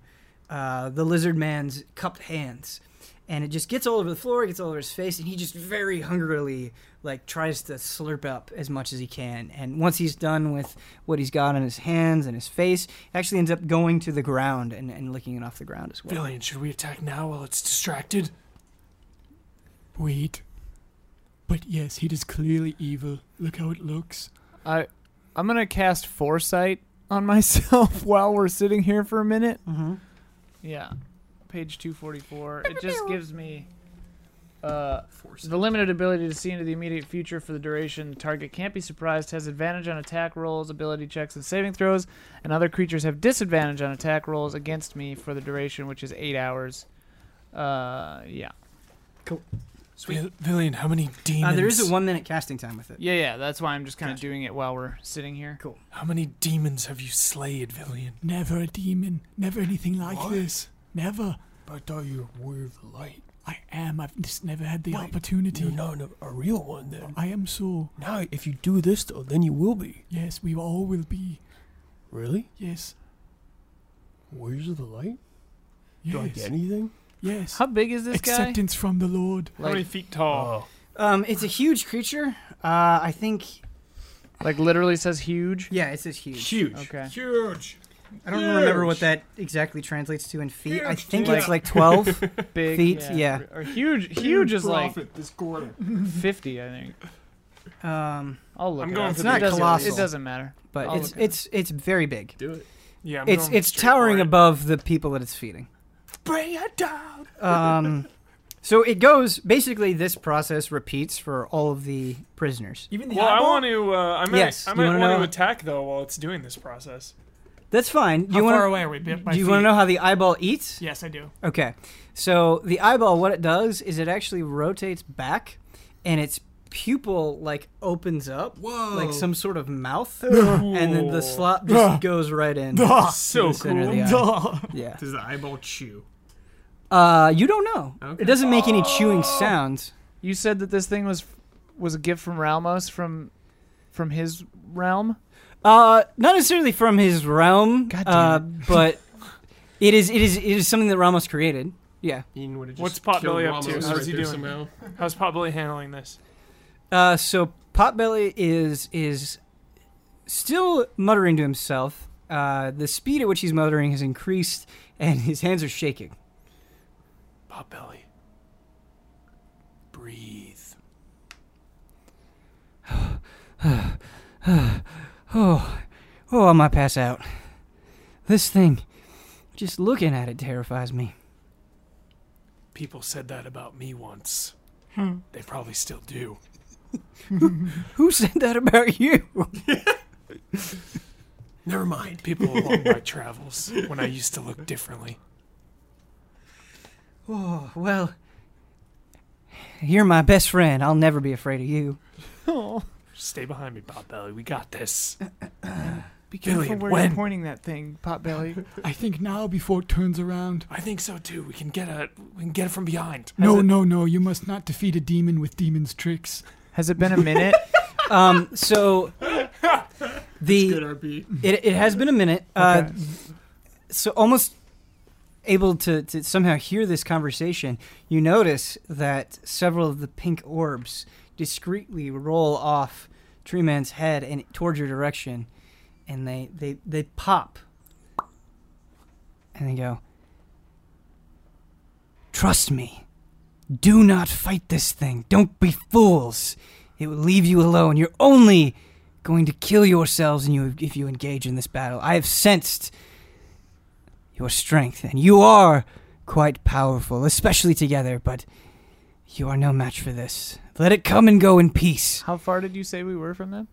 A: uh, the lizard man's cupped hands and it just gets all over the floor it gets all over his face and he just very hungrily like tries to slurp up as much as he can and once he's done with what he's got on his hands and his face he actually ends up going to the ground and, and licking it off the ground as well
D: Villian, should we attack now while it's distracted?
F: Wait. But yes, it is clearly evil. Look how it looks.
B: I, I'm gonna cast foresight on myself while we're sitting here for a minute.
A: mm-hmm.
B: Yeah, page 244. It just gives me. Uh, the limited ability to see into the immediate future for the duration. The target can't be surprised, has advantage on attack rolls, ability checks, and saving throws, and other creatures have disadvantage on attack rolls against me for the duration, which is eight hours. Uh, yeah.
D: Sweet. Villian, how many demons?
A: uh, there is a one minute casting time with it
B: Yeah, yeah, that's why I'm just kind of doing it while we're sitting here.
D: How many demons have you slayed, Villian?
F: Never a demon. Never anything like
D: What?
F: this. Never.
D: I thought you were of light.
F: I am. I've just never had the
D: Wait,
F: opportunity.
D: not a, a real one then.
F: I am so.
D: Now, if you do this though, then you will be.
F: Yes, we all will be.
D: Really?
F: Yes.
D: Where's the light?
F: Yes.
D: anything?
F: yes.
B: How big is this guy?
F: Acceptance from the Lord.
D: How many
B: Like,
D: feet
E: Oh.
D: tall?
A: Um, it's a huge creature. Uh, I think.
B: like literally says huge.
A: Yeah, it says huge.
E: huge.
B: Okay.
D: Huge.
A: I don't remember what that exactly translates to in feet. I
E: Huge,
A: think
B: dude.
A: it's like twelve.
B: Big
A: Feet, yeah.
B: Or huge. Huge is like
E: this quarter.
B: 50, I think.
A: um,
B: I'll look.
E: I'm
B: it
E: going
B: up.
E: for
B: It
E: the
B: doesn't-
A: colossal.
B: It doesn't matter.
A: but
B: I'll
A: it's
B: look it
A: it's it's very big.
E: Do it.
D: Yeah, I'm
A: It's
D: going
A: it's
D: straight
A: towering
D: for it.
A: above the people that it's feeding.
D: Bring it down.
A: Um, so it goes basically. This process repeats for all of the prisoners.
C: Even the
D: Well, I
C: eyeball?
D: want to. Uh, I might.
A: Yes,
D: I
A: you
D: might
A: wanna
D: want
A: know-
D: to attack though while it's doing this process.
A: That's fine. Do
C: How
A: you
C: far
A: want
C: away are we? By
A: do you want to know how the eyeball eats?
C: Yes, I do.
A: Okay. So the eyeball, what it does is it actually rotates back, and its pupil like opens up.
E: Whoa.
A: like some sort of mouth, and then the slot just goes right in.
E: so
A: the center of
E: cool.
A: the eye. yeah.
E: Does the eyeball chew?
A: Uh, you don't know.
E: Okay. Oh.
A: It doesn't make any chewing sounds.
B: You said that this thing was was a gift from Ramos from from his realm.
A: Uh, not necessarily from his realm.
B: God damn
A: uh, but it is it is it is something that Ramos created. Yeah.
E: Ian would have just
D: What's Potbelly
E: killed
D: up to?
E: Ramos
D: How's
E: right
D: he
E: there
D: doing?
E: Somehow.
D: How's Potbelly handling this?
A: Uh, so Potbelly is is still muttering to himself. Uh, the speed at which he's muttering has increased, and his hands are shaking.
D: Potbelly. Breathe.
A: Oh, oh, I might pass out. This thing, just looking at it terrifies me.
D: People said that about me once.
C: Hmm.
D: They probably still do.
A: Who said that about you?
E: Never mind.
D: People along my travels when I used to look differently.
A: Oh, well, you're my best friend. I'll never be afraid of you.
D: Stay behind me, Potbelly. We got this.
B: Be careful
D: Billy,
B: where
D: when?
B: you're pointing that thing, Potbelly.
F: I think now before it turns around.
D: I think so too. We can get a we can get it from behind.
F: No, no, no. You must not defeat a demon with demon's tricks.
B: Has it been a minute?
A: Um, so the
E: RP.
A: it, it has been a minute. Uh,
B: Okay.
A: so almost able to, to somehow hear this conversation, you notice that several of the pink orbs discreetly roll off Tree Man's head and towards your direction, and they, they, they pop. And they go, Trust me. Do not fight this thing. Don't be fools. It will leave you alone. You're only going to kill yourselves and you, if you engage in this battle. I have sensed your strength, and you are quite powerful, especially together, but you are no match for this. Let it come and go in peace.
B: How far did you say we were from them?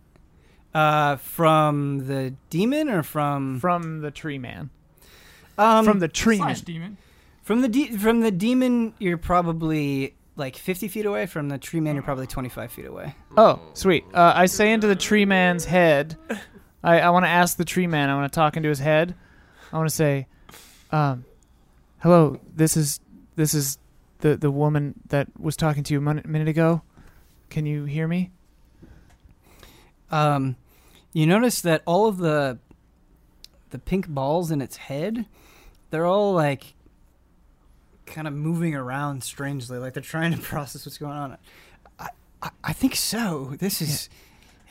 A: Uh, from the demon or from
B: From the tree man.
A: Hmm. um,
B: from the tree man.
C: Slash demon.
A: from the de- from the demon? You're probably like 50 feet away. From the tree man, you're probably 25 feet away.
B: Oh, sweet. Uh, I say into the tree man's head. I, I want to ask the tree man. I want to talk into his head. I want to say, um, "Hello, this is this is the the woman that was talking to you a mon- minute ago. Can you hear me?"
A: Um, you notice that all of the the pink balls in its head, they're all like kind of moving around strangely, like they're trying to process what's going on. I I, I think so. This is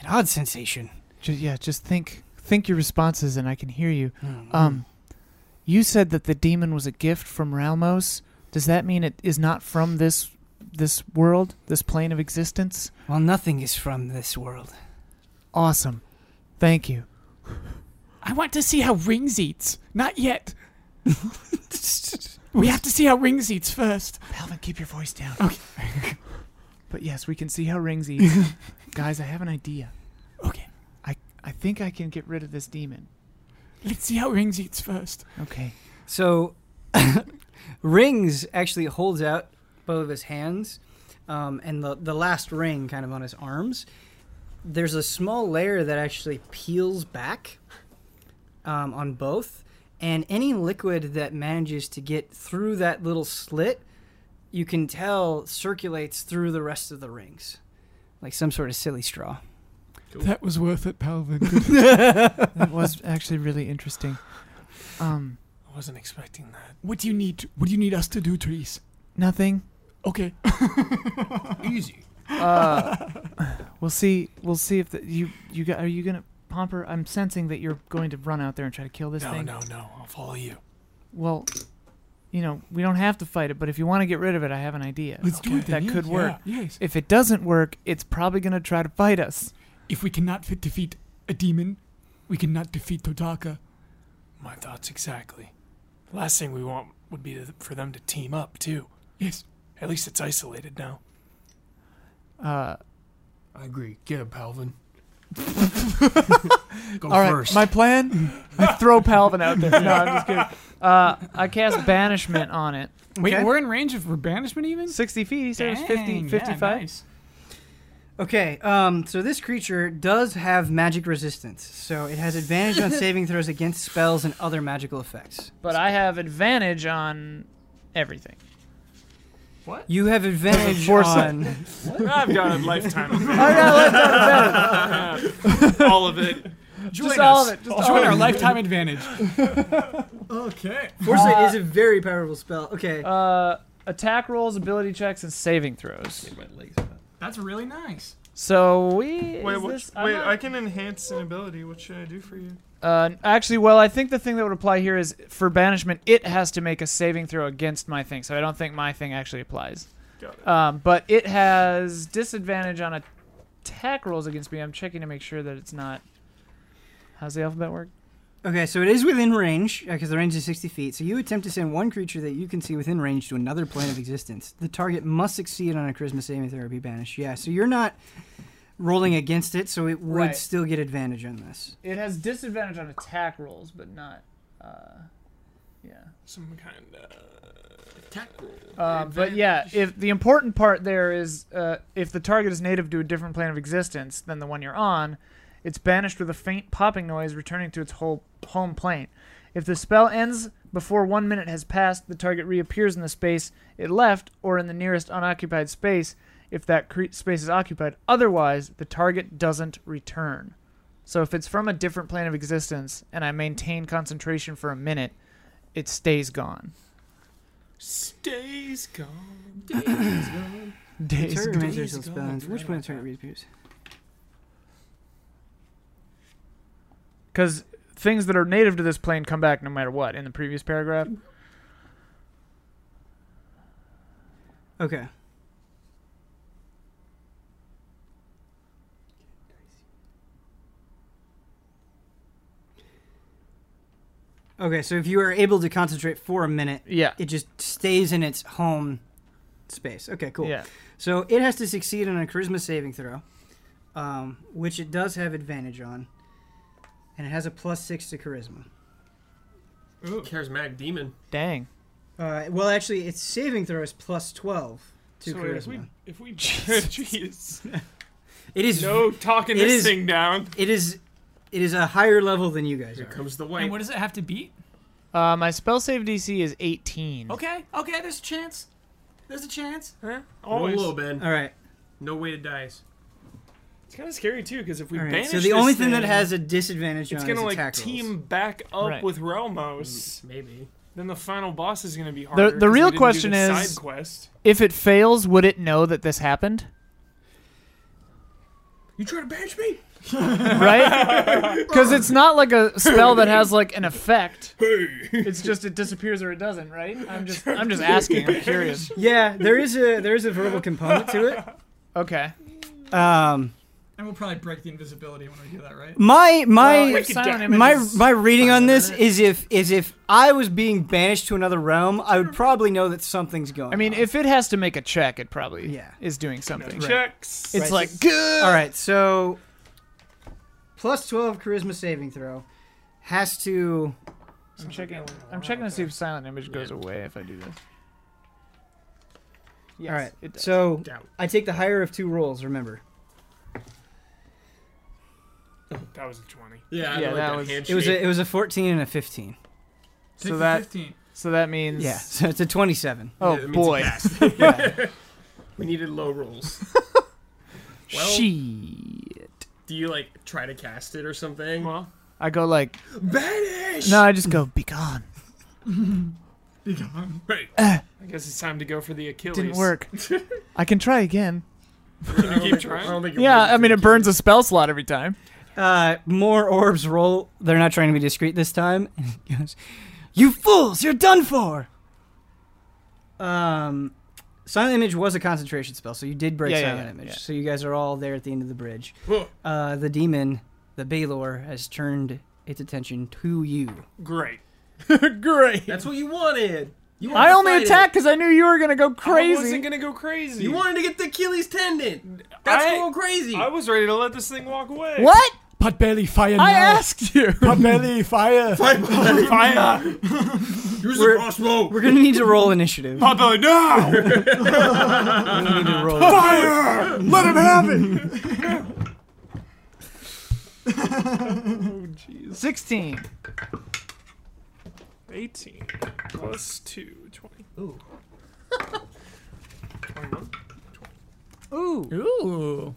A: an odd sensation.
B: Just, yeah, just think think your responses, and I can hear you.
A: Hmm.
B: Um, you said that the demon was a gift from Ralmos. Does that mean it is not from this this world, this plane of existence?
A: well, nothing is from this world.
B: Awesome. Thank you.
F: I want to see how Rings eats. Not yet. we have to see how Rings eats first.
B: Palvin, keep your voice down. Okay. but yes, we can see how Rings eats. Guys, I have an idea.
F: Okay.
B: I I think I can get rid of this demon.
F: Let's see how Rings eats first.
B: Okay.
A: So, rings actually holds out both of his hands, um, and the the last ring kind of on his arms. There's a small layer that actually peels back um, on both, and any liquid that manages to get through that little slit, you can tell circulates through the rest of the rings, like some sort of silly straw.
F: That was worth it, Palvin.
B: That was actually really interesting. Um,
D: I wasn't expecting that.
F: what do you need? What do you need us to do, Therese?
B: nothing.
F: Okay.
E: Easy.
B: Uh, we'll see. We'll see if the, you you got, are you gonna Pomper? I'm sensing that you're going to run out there and try to kill this
D: no,
B: thing.
D: no, no. I'll follow you.
B: Well, you know we don't have to fight it, but if you want to get rid of it, I have an idea.
F: Let's do it.
B: That
F: then,
B: could
F: yes.
B: work.
F: Yeah, yes.
B: If it doesn't work, it's probably gonna try to fight us.
F: If we cannot fit defeat a demon, we cannot defeat Totaka.
D: My thoughts exactly. Last thing we want would be to- for them to team up too.
F: Yes.
D: At least it's isolated now.
B: Uh,
E: I agree. Get him, Palvin. Go
B: All right,
E: first.
B: my plan: I throw Palvin out there. No, I'm just kidding. Uh, I cast banishment on it.
F: Wait,
A: Okay.
F: we're in range of for banishment even?
B: Sixty feet. He said it was
F: Dang,
B: 50,
F: yeah,
B: 55.
F: nice.
A: Okay, um, so this creature does have magic resistance, so it has advantage on saving throws against spells and other magical effects.
B: But I have advantage on everything.
A: You have advantage
B: Foresight.
A: on.
D: I've got a lifetime.
B: I got
D: all of it.
F: Join
B: Just all of it. Just all
F: Join
B: of
F: our
B: it.
F: lifetime advantage.
C: Okay.
A: Foresight is a very powerful spell. Okay,
B: Uh, attack rolls, ability checks, and saving throws.
E: my legs.
C: That's really nice.
B: So we. is
G: Wait, what,
B: this- I'm
G: wait!
B: not-
G: I can enhance an ability. What should I do for you?
B: Uh, actually, well, I think the thing that would apply here is for banishment, it has to make a saving throw against my thing, so I don't think my thing actually applies.
G: Got it.
B: Um, but it has disadvantage on attack rolls against me. I'm checking to make sure that it's not. How's the alphabet work?
A: okay, so it is within range because the range is sixty feet. So you attempt to send one creature that you can see within range to another plane of existence. The target must succeed on a charisma saving throw or be banished. Yeah, so you're not rolling against it, so it would
B: Right.
A: still get advantage on this.
B: It has disadvantage on attack rolls, but not. Uh, yeah.
G: Some kind of
E: Attack roll.
B: Um, but yeah, if the important part there is uh, if the target is native to a different plane of existence than the one you're on, it's banished with a faint popping noise, returning to its whole home plane. If the spell ends before one minute has passed, the target reappears in the space it left or in the nearest unoccupied space if that cre- space is occupied. Otherwise, the target doesn't return. So if it's from a different plane of existence and I maintain concentration for a minute, it stays gone.
E: Stays gone. Days gone.
B: Days
A: Target remains
E: days
A: yourself
E: gone.
A: spells. Which
E: Forgot
A: one
E: about
A: target reappears?
B: Because things that are native to this plane come back no matter what in the previous paragraph.
A: Okay. Okay, so if you are able to concentrate for a minute,
B: Yeah.
A: it just stays in its home space. Okay, cool.
B: Yeah.
A: So it has to succeed on a charisma saving throw, um, which it does have advantage on, and it has a plus six to charisma.
E: Charismatic demon.
B: Dang.
A: Uh, well, actually, its saving throw is plus twelve to
G: so wait,
A: charisma.
G: if we if we jeez,
A: it is
G: no Oh, talking
A: It
G: this
A: is-
G: thing down.
A: it is it is a higher level than you guys
E: Here
A: are.
E: comes the
C: And
E: white.
C: what does it have to beat?
B: Uh, my spell save DC is 18.
C: Okay, okay, there's a chance. There's a chance.
G: Huh? Always.
E: Roll low, Ben.
A: All right.
E: No weighted dice.
G: It's kind of scary too because if we
A: All right.
G: banish
A: So
G: this
A: the only thing, that has a disadvantage
G: it's
A: on is
G: gonna like
A: attack rolls.
G: team back up
B: Right.
G: with Realmos.
E: Maybe.
G: Then the final boss is gonna be harder. 'cause
B: the
G: we
B: real
G: didn't do
B: question
G: the
B: is-
G: side quest.
B: If it fails, would it know that this happened?
E: You trying to banish me?
B: Right? Because it's not like a spell that has like an effect. It's just it disappears or it doesn't, right? I'm just I'm just asking. I'm curious.
A: Yeah, there is a there is a verbal component to
B: Okay.
A: it. Um,
C: And we'll probably break the invisibility when we do that, right?
A: My my
B: Well, if Silent Image
A: my
B: is-
A: my reading on this is if is if I was being banished to another realm, I would probably know that something's going.
B: I mean,
A: on.
B: if it has to make a check, it probably
A: Yeah.
B: is doing something.
G: Checks.
B: It's
A: Right.
B: like good.
A: all right, so plus twelve charisma saving throw has to.
B: I'm checking. I'm checking to see if silent image goes away if I do this. Yes,
A: all right,
B: it does.
A: so
E: Doubt.
A: I take the higher of two rolls. Remember,
G: That was a twenty.
E: Yeah, I
B: Yeah, that
E: like that
B: was-
E: handshake.
A: it was a, it was a fourteen and a fifteen.
B: So that-
C: 15.
B: so that means
A: Yeah, so it's a twenty-seven.
B: Oh
E: Yeah, it means it
B: boy,
E: passed. we needed low rolls. Well-
B: shit.
E: Do you like try to cast it or something?
G: Well,
B: I go like
E: Banish.
B: no. I just go be gone.
E: Right.
G: I guess it's time to go for the Achilles.
B: Didn't work. I can try again.
G: Can you keep
E: I
G: trying?
E: don't think it
B: Yeah,
E: works.
B: I mean it burns a spell slot every time.
A: Uh, more orbs roll. They're not trying to be discreet this time. And it goes, "You fools! You're done for." Um, silent image was a concentration spell, so you did break
B: Yeah, yeah,
A: silent
B: yeah,
A: image.
B: yeah.
A: So you guys are all there at the end of the bridge.
E: Whoa.
A: Uh, the demon, the Baylor, has turned its attention to you.
G: Great.
B: Great.
E: That's what you wanted. You wanted
B: I
E: to
B: only
E: fight it.
B: attacked because I knew you were gonna go
G: I
B: crazy.
G: wasn't gonna go crazy.
E: You wanted to get the Achilles tendon. That's
G: I-
E: going crazy.
G: I was ready to let this thing walk away.
B: what?
F: Potbelly fire
B: I
F: now.
B: asked you.
F: Potbelly fire.
G: Fire!
E: Use
A: We're-
E: the crossbow.
A: We're gonna need to roll initiative. We're
G: Papa, no!
A: gonna need to roll.
F: Fire! Let him have it.
B: Sixteen.
G: 18 plus 2, 20. Ooh. 21.
A: Ooh.
C: Ooh.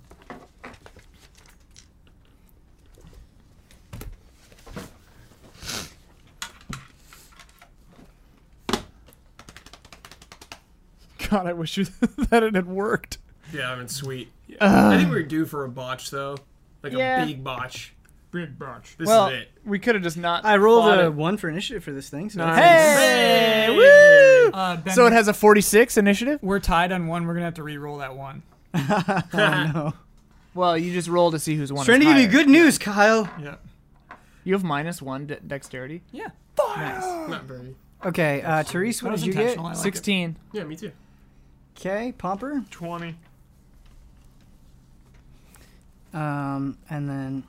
B: God, I wish you that it had worked.
E: Yeah, I mean, sweet. I think we were due for a botch though, like
B: Yeah.
E: a big botch.
G: Big botch.
E: This
B: well,
E: is it.
B: we could have just not.
A: I rolled
B: fought
A: a
B: it.
A: one for initiative for this thing. So
G: Nice.
A: that's-
B: Hey! Woo!
C: Uh, ben,
B: So it has a 46 initiative?
C: We're tied on one. We're gonna have to re-roll that one.
B: Well, you just roll to see who's one.
A: Trying
B: is
A: to give you
B: higher.
A: good news, Kyle.
G: Yeah.
B: You have minus one de- dexterity.
C: Yeah.
E: Not very.
A: Okay, uh, Therese, what
C: That was
A: did you get?
C: intentional. I like it.
B: 16.
E: Yeah, me too.
A: Okay, Pomper.
G: 20.
A: Um, and then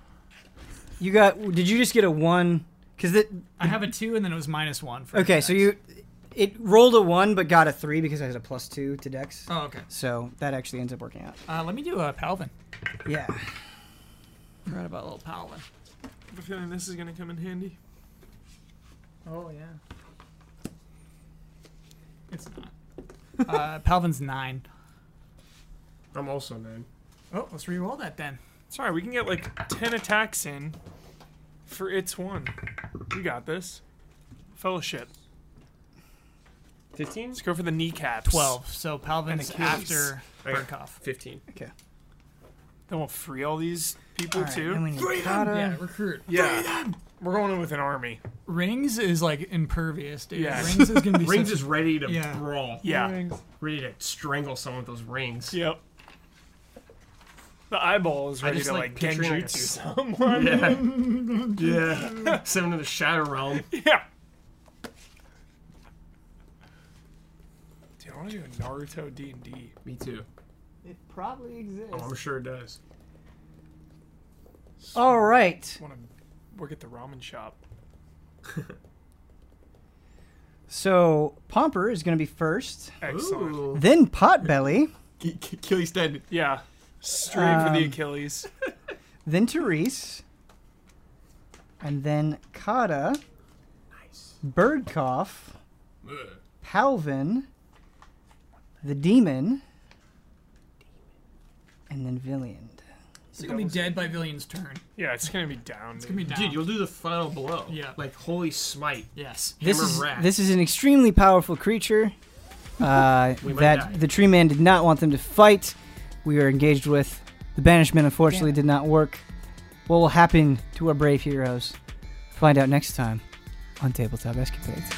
A: you got. Did you just get a one? Because
C: I have a two, and then it was minus one. For
A: okay, so you it rolled a one but got a three because I had a plus two to Dex.
F: Oh, okay.
A: So that actually ends up working out.
F: Uh, let me do a Palvin.
A: Yeah.
F: Forgot about little Palvin.
D: I have a feeling this is gonna come in handy.
H: Oh yeah.
F: It's not. Uh, Palvin's nine.
E: I'm also nine.
F: Oh, let's re-roll that then.
D: Sorry, we can get like ten attacks in for its one. We got this. Fellowship.
E: 15?
D: Let's go for the kneecaps.
F: Twelve. So Palvin's after
E: I got
F: Burkoff.
E: 15.
D: Then we'll free all these people
A: All right,
D: too.
A: then we need Kata.
F: Yeah, recruit.
D: yeah. We're going in with an army.
F: Rings is like impervious, dude.
D: Yeah.
F: Rings is gonna be.
E: Rings
F: such-
E: is ready to
F: Yeah.
E: brawl.
D: Yeah.
E: Ready to strangle someone with those rings.
D: Yep. The eyeball is
E: I
D: ready
E: just
D: to
E: like
D: like,
E: picturing, like,
D: genjutsu
E: a s-
D: someone.
E: Yeah. yeah. Send him to the Shadow Realm.
D: Yeah. Dude, I want to do a Naruto D and D.
E: Me too.
H: It probably exists.
E: Oh, I'm sure it does.
A: All right.
D: Want to work at the ramen shop?
A: So Pomper is going to be first,
D: Excellent.
A: then Potbelly,
E: Kill extended.
D: Yeah. Straight for the Achilles.
A: then Therese, and then Kata, Birdcough, Palvin, the Demon, and then Villiand.
F: It's gonna be dead by Villian's turn.
D: Yeah, it's gonna be down.
F: It's gonna be down.
E: Dude, you'll do the final blow.
F: Yeah.
E: Like, holy smite.
F: yes.
A: This
E: Hammer
A: is,
E: rat.
A: this is an extremely powerful creature uh,
E: We might die.
A: that the Tree Man did not want them to fight. We are engaged with. The banishment, unfortunately, did not work. What will happen to our brave heroes? Find out next time on Tabletop Escapades.